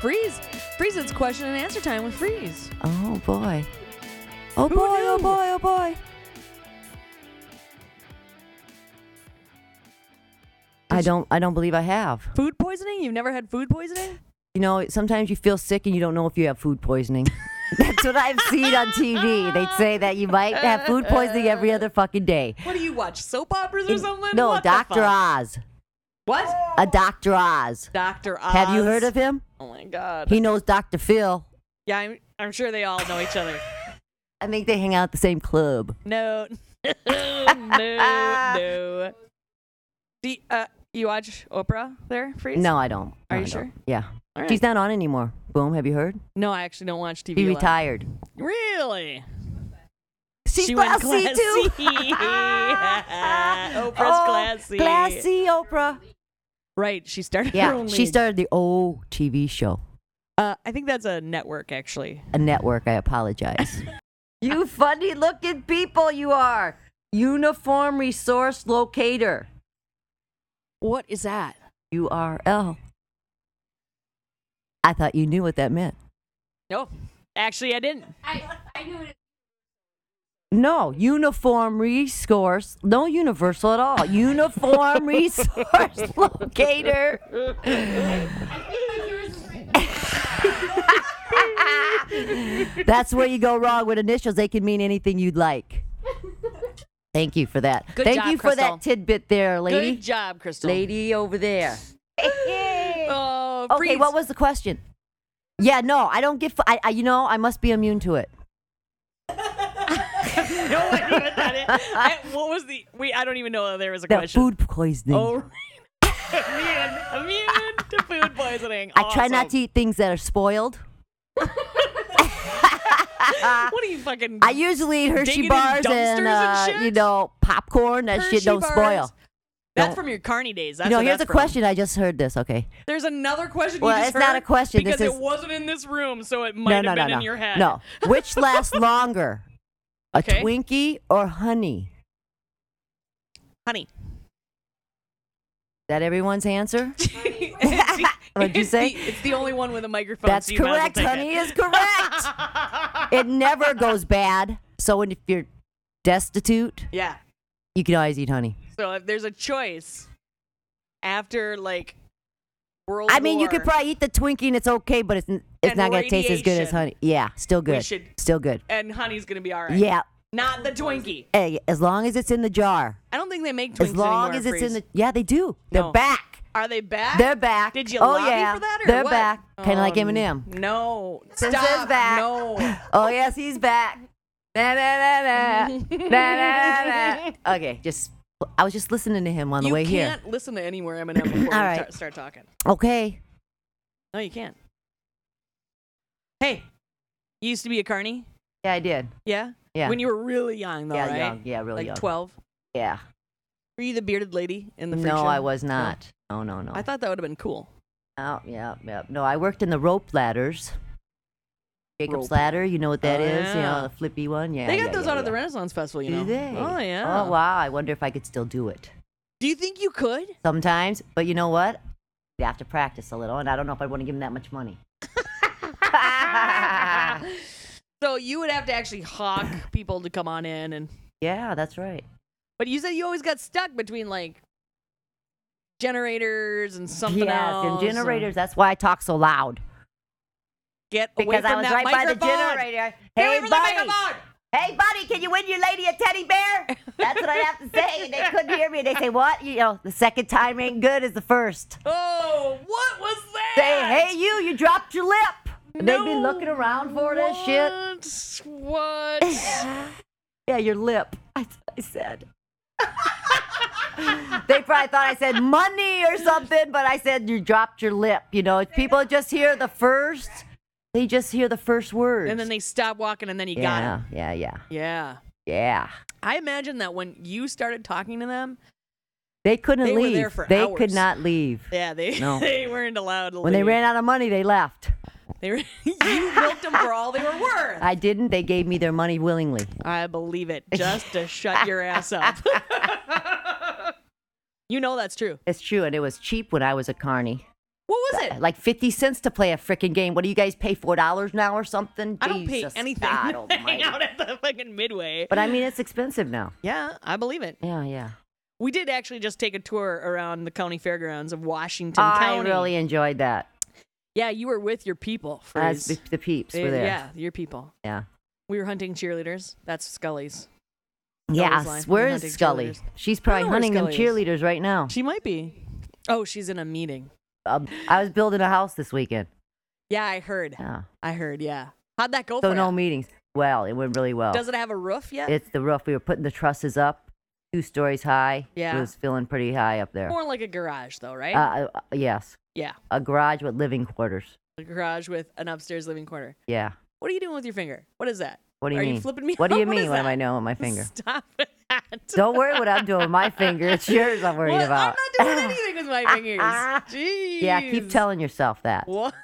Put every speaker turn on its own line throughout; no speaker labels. Freeze. Freeze, it's question and answer time with Freeze.
Oh boy. Oh
Who
boy, oh
knew?
boy, oh boy. I don't I don't believe I have.
Food poisoning? You've never had food poisoning?
You know, sometimes you feel sick and you don't know if you have food poisoning. That's what I've seen on TV. They say that you might have food poisoning every other fucking day.
What do you watch? Soap operas or
In-
something?
No,
What the
Dr.
fuck?
Oz.
What?
A Dr. Oz.
Dr. Oz.
Have you heard of him?
Oh my God.
He knows Dr. Phil.
yeah, I'm, I'm sure they all know each other.
I think they hang out at the same club.
No. no. No. Do you, uh, you watch Oprah there, Freeze?
No, I don't.
Are
No,
you
I
sure?
don't. Yeah.
All right.
She's not on anymore. Boom, have you heard?
No, I actually don't watch TV.
She
a lot.
retired.
Really?
She's
She went
classy too. Oh,
classy. Oprah's classy.
Classy Oprah.
Right. She started her
Yeah,
own
she
league.
started the O TV show,
Uh, I think that's a network, actually.
a network. I apologize. you funny looking people, you are. Uniform Resource Locator,
What is that?
URL. I thought you knew what that meant.
No,
Oh.
actually, I didn't.
No, uniform resource, no universal at all. Uniform resource locator. That's where you go wrong with initials. They can mean anything you'd like. Thank you for that.
Good
Thank
job,
you for
Crystal.
that tidbit there, lady.
Good job, Crystal.
Lady over there.
Oh,
Okay,
freeze.
what was the question? Yeah, no, I don't get. fu- I, I, you know, I must be immune to it.
no, I don't know what that is. I, what was the? We I don't even know that there was a
That
question.
food poisoning.
Oh, immune, immune to food poisoning.
I try not to eat things that are spoiled.
Awesome. What are you fucking?
uh, I usually eat
Digging
Hershey
in
bars
dumpsters
and,
and
uh,
shit?
you know popcorn. That shit
Hershey
don't
bars?
spoil.
That's
don't-
from your carny days. That's
you know,
what
here's
that's
a
from.
question. I just heard this. Okay,
There's another question.
Well,
you just
it's not
heard?
a question.
because
This
it
is-
wasn't in this room, so it might
no, no,
have
no,
been
no,
in your head.
no. Which lasts longer, a
Okay.
Twinkie or honey?
honey.
Is that everyone's answer?
It's the-
What'd you
it's
say?
the- it's the only one with a microphone.
That's
so you might as well
correct.
take it.
Honey is correct. it never goes bad. So when if you're destitute,
Yeah.
you can always eat honey.
So if there's a choice after like world,
I mean, you could
War,
probably eat the Twinkie and it's okay, but it's n- it's
And
not going to taste as good as
radiation.
honey. Yeah, still good.
should-
Still good.
and honey's gonna be all right.
Yeah,
Not the Twinkie.
Hey, as long as it's in the jar.
I don't think they make Twinkies
As long
anymore,
as it's
Freeze.
in the yeah, they do. They're
No.
back.
Are they back?
They're back.
Did you
Oh
lobby
yeah,
for that or
they're
what?
back. Kind of like
Um,
Eminem.
No.
Prince
Stop.
is back.
No.
Oh yes, he's back. Na, na, na, na. na, na, na. Okay, just I was just listening to him on the
you
way here.
can't listen to any more Eminem before we
All right.
ta- start talking.
Okay.
No, you can't. Hey, you used to be a carny.
Yeah, I did.
Yeah.
Yeah.
When you were really young, though,
yeah,
right?
young. Yeah, really
like
young.
twelve.
Yeah.
Were you the bearded lady in the? freak
No,
show?
I was not. No, no, no.
I thought that would have been cool.
Oh, yeah, yeah. No, I worked in the rope ladders. Jacob's
Rope.
ladder, you know what that
Oh,
is? You
yeah.
know, the flippy one. Yeah.
they got
yeah,
those
yeah,
out at the
yeah.
Renaissance Festival, you
Do
know.
they?
Oh yeah.
Oh wow! I wonder if I could still do it
Do you think you could?
sometimes. But you know what? You have to practice a little, and I don't know if I'd want to give him that much money.
So you would have to actually hawk people to come on in, and
yeah, that's right.
but you said you always got stuck between like generators and something
yes,
else.
and generators. That's why I talk so loud
Get away
because
from
I was
that
right by the
microphone.
generator.
Get away
Hey,
from the
buddy!
microphone!
Hey, buddy! Can you win your lady a teddy bear? That's what I have to say. They couldn't hear me. They say, "What? You know, the second time ain't good as the first.
Oh, what was that?
Say, "Hey, you! You dropped your lip." And They'd be
No.
looking around for this shit.
shit. What?
Yeah, your lip. I, I said. they probably thought I said money or something, but I said you dropped your lip. You know, If people just hear the first. They just hear the first words.
and then they stop walking, and then you got
yeah,
it.
yeah, yeah,
Yeah.
yeah.
I imagine that when you started talking to them,
They couldn't
They were
leave.
there for
they could
hours.
not leave.
yeah, they
No.
they weren't allowed to
When they
leave.
ran out of money, they left.
They were, you milked them for all they were worth.
I didn't. They gave me their money willingly.
I believe it, just to shut your ass up. you know that's true.
It's true, and it was cheap when I was a carny.
What was was it?
Like 50 cents to play a freaking game. What do you guys pay? $4 now or something?
I don't
Jesus,
pay anything
God
to hang
almighty.
out at the fucking midway.
But I mean, it's expensive now.
yeah, I believe it.
Yeah, yeah.
We did actually just take a tour around the county fairgrounds of Washington
I
County.
really enjoyed that.
Yeah, you were with your people.
As
Freeze.
the, the peeps
They-
were there.
Yeah, your people.
Yeah.
We were hunting cheerleaders. That's Scully's.
Yeah,
Scully's line.
where
They're
is
hunting
Scully?
cheerleaders.
She's
I
probably
don't know where
hunting them
Scully
cheerleaders right now.
She might be. Oh, she's in a meeting.
Um, I was building a house this weekend.
Yeah, I heard.
Yeah.
I heard. Yeah. How'd that go
So
for
no
ya?
meetings. Well, it went really well.
Does it have a roof yet?
It's the roof. We were putting the trusses up, two stories high.
Yeah.
It was feeling pretty high up there.
More like a garage, though, right?
Uh, uh, yes.
yeah,
A garage with living quarters.
a garage with an upstairs living quarter.
Yeah.
What are you doing with your finger? What is that?
What do you
Are
mean?
you flipping me?
What do
off?
you mean?
is
What am
that?
I doing with my finger?
Stop that.
Don't worry what I'm doing with my finger. It's yours I'm worried
Well,
about.
I'm not doing anything with my fingers. Jeez.
yeah, keep telling yourself that.
What?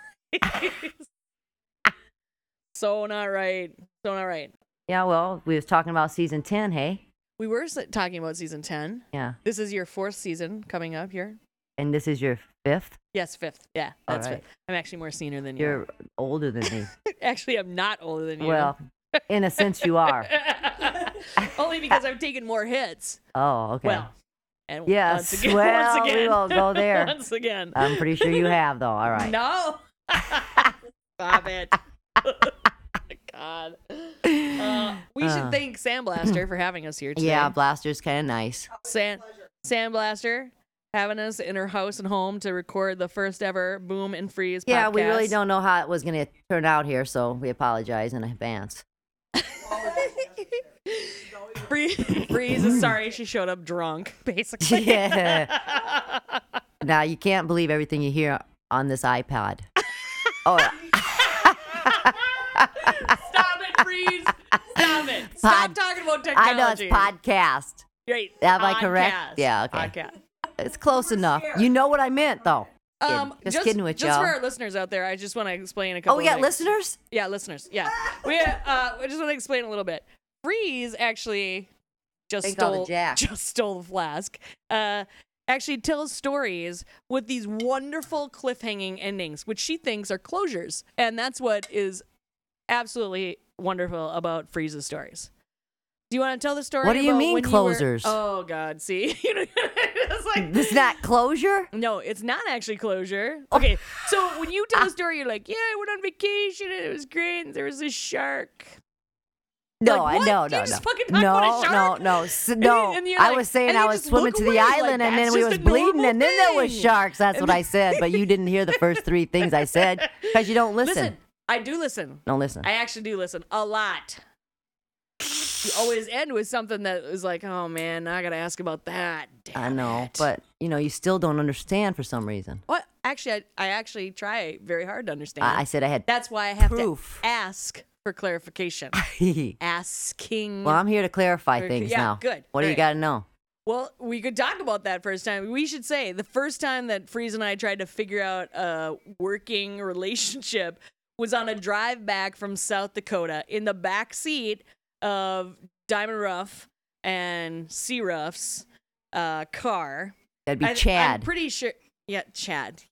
so not right. So not right.
Yeah, well, we was talking about season 10, hey?
We were s- talking about season ten.
Yeah.
This is your fourth season coming up here.
And this is your fifth?
Yes, fifth. Yeah,
All
that's
right.
fifth. I'm actually more senior than you.
You're older than me.
Actually, I'm not older than you.
Well, in a sense, you are.
Only because I've taken more hits.
Oh, okay.
Well, and
Yes,
once again,
well,
once
we
again,
won't go there.
once again.
I'm pretty sure you have, though. All right.
No. Stop it. God. Uh, we should
Uh.
thank Sandblaster for having us here today.
yeah, Blaster's kind of nice.
San- Sandblaster having us in her house and home to record the first ever Boom and Freeze podcast.
Yeah, we really don't know how it was going to turn out here, so we apologize in advance.
Free- Freeze is sorry she showed up drunk, basically.
Yeah. now, you can't believe everything you hear on this iPod. Oh,
Stop it, Freeze. Stop it. Stop
Pod-
talking about technology.
I know it's podcast.
Great.
Am I correct?
Podcast.
Yeah, okay.
Podcast.
It's close enough. You know what I meant, though. Kidding.
Um,
just, kidding with
just
y'all.
for our listeners out there, I just want to explain a couple.
oh, yeah,
things.
listeners?
Yeah, listeners. Yeah, we. Uh, I just want to explain a little bit. Freeze actually just
They call it
stole
Jack.
just stole the flask. Uh, actually tells stories with these wonderful cliffhanging endings, which she thinks are closures, and that's what is absolutely wonderful about Freeze's stories. Do you want to tell the story?
What do you
about
mean
when were-
closers?
oh God, see, you know, it's like
It's not closure?
no, it's not actually closure. Okay, so when you
Ah.
tell the story, you're like, "Yeah, I went on vacation and it was great, and there was a shark."
No,
Like,
I
what?
no,
You
no,
just
no.
fucking talk about
No,
a
no,
shark?
no, S-
And
no.
you- and you're
I
like-
was saying
and
I
you
was
just
swimming
look
to the
away, like,
island, and
that's
then we
just
was
a
bleeding,
normal
and then there was
thing.
sharks. That's
And
what I said, but you didn't hear the first three things I said because you don't listen.
Listen, I do listen.
Don't listen.
I actually do listen a lot. You always end with something that was like, "Oh man, now I gotta ask about that." Damn
I know,
it."
but you know, you still don't understand for some reason.
what? Actually, I, I actually try very hard to understand.
I, I said I had.
That's why I have
Proof.
to ask for clarification.
well,
Asking.
I'm here to clarify
Very-
things
Mm. yeah,
now.
good.
What do you
Great.
got to know?
Well, we could talk about that first time. We should say the first time that Freeze and I tried to figure out a working relationship was on a drive back from South Dakota in the back seat of Diamond Ruff and Sea Ruff's uh, car.
That'd be
I- I'm
Chad.
pretty sure. Yeah, Chad.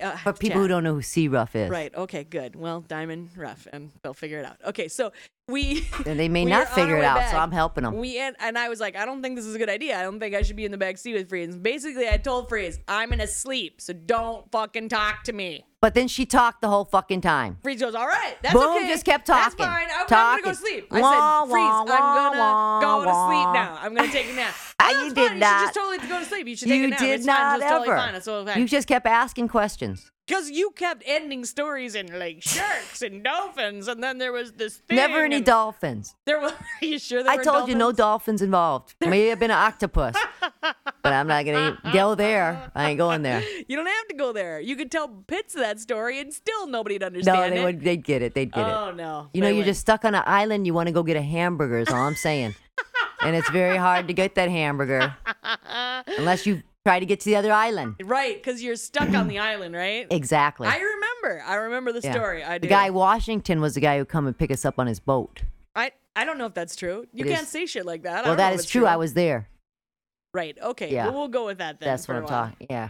Uh,
for people who
Chad.
don't know who Sea Ruff is,
Right. Okay. Good. Well, Diamond Ruff, and they'll figure it out. Okay. So we.
and they may
we
not
were on
figure
our
it
way
out,
back.
so I'm helping them.
We and, and I was like, I don't think this is a good idea. I don't think I should be in the back seat with Freeze. Basically, I told Freeze, I'm gonna sleep, so don't fucking talk to me.
But then she talked the whole fucking time.
Freeze goes, all right, that's
Boom,
okay.
just kept
That's
talking,
fine. I'm, I'm gonna go
talking.
sleep. I
Wah,
said, Freeze,
wah,
I'm
wah,
gonna
wah,
go
wah."
to sleep now. I'm gonna take a nap.
Ah,
"Oh, that's
you did
fine. You
not.
should just totally go to sleep. You should take
You
a nap.
did
it's
not
fine. It's
ever.
totally fine. It's totally fine.
You just kept asking questions.
Because you kept ending stories in like sharks and dolphins, and then there was this thing.
Never any
and
dolphins.
There was. Are you sure? There
I
were
told you no dolphins involved. May have been an octopus, but I'm not gonna go there. I ain't going there.
You don't have to go there. You could tell bits of that story and still nobody'd understand
No, they
it.
would. They'd get it. They'd get it.
oh no.
You know,
They
you're
would.
just stuck on an island. You want to go get a hamburger. Is all I'm saying. and it's very hard to get that hamburger unless you try to get to the other island.
right because you're stuck on the island, right?
Exactly.
I remember. I remember the
Yeah.
story. I do.
the guy Washington was the guy who come and pick us up on his boat.
I I don't know if that's true. You
It
can't
is.
say shit like that. I
Well,
don't know
that
if
is
it's
true. I was there.
right. Okay.
Yeah.
Well, we'll go with that then.
That's
for
what
a
I'm
while.
talking. Yeah.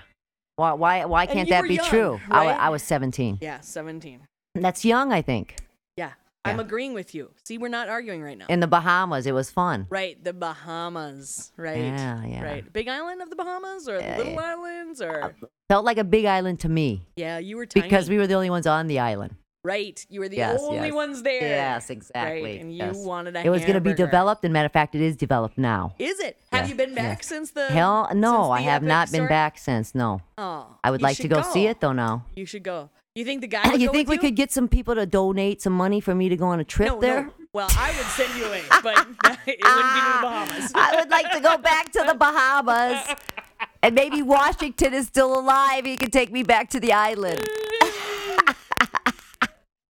Why why why can't
you
that
were
be
young,
true? I, wa-
right?
I was 17.
Yeah, 17.
That's young, I think.
Yeah. I'm agreeing with you. See, we're not arguing right now.
In the Bahamas, it was fun.
right, the Bahamas. Right.
Yeah, yeah.
Right. Big island of the Bahamas or
Yeah,
the little
yeah.
islands or
Felt like a big island to me
Yeah, you were tiny.
because we were the only ones on the island.
Right. You were the
Yes,
only
yes.
ones there.
Yes,
Right,
exactly.
and you
yes.
wanted a
It was going to be
hamburger.
developed, and matter of fact, it is developed now.
Is it? Have
Yeah,
you been
yeah.
back since the
Hell,
since
no, I
the
have
epic
not been
story?
back since. No,
Oh,
I would
you
like to
should
go, see it though now.
You should go. You think the guy? Would
you
go
think we
with you?
could get some people to donate some money for me to go on a trip
No,
there?
no. Well, I would send you away, but it wouldn't be to the Bahamas.
Ah, I would like to go back to the Bahamas. And maybe Washington is still alive. He can take me back to the island.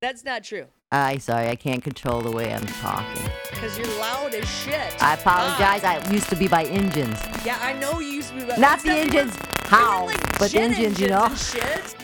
That's not true.
I sorry, I can't control the way I'm talking.
Because you're loud as shit. Ah,
I apologize. I used to be by engines.
yeah, I know you used to be.
Not the
Stop-
engines.
they were
How?
like
but
jet
engines, you know.
and shit.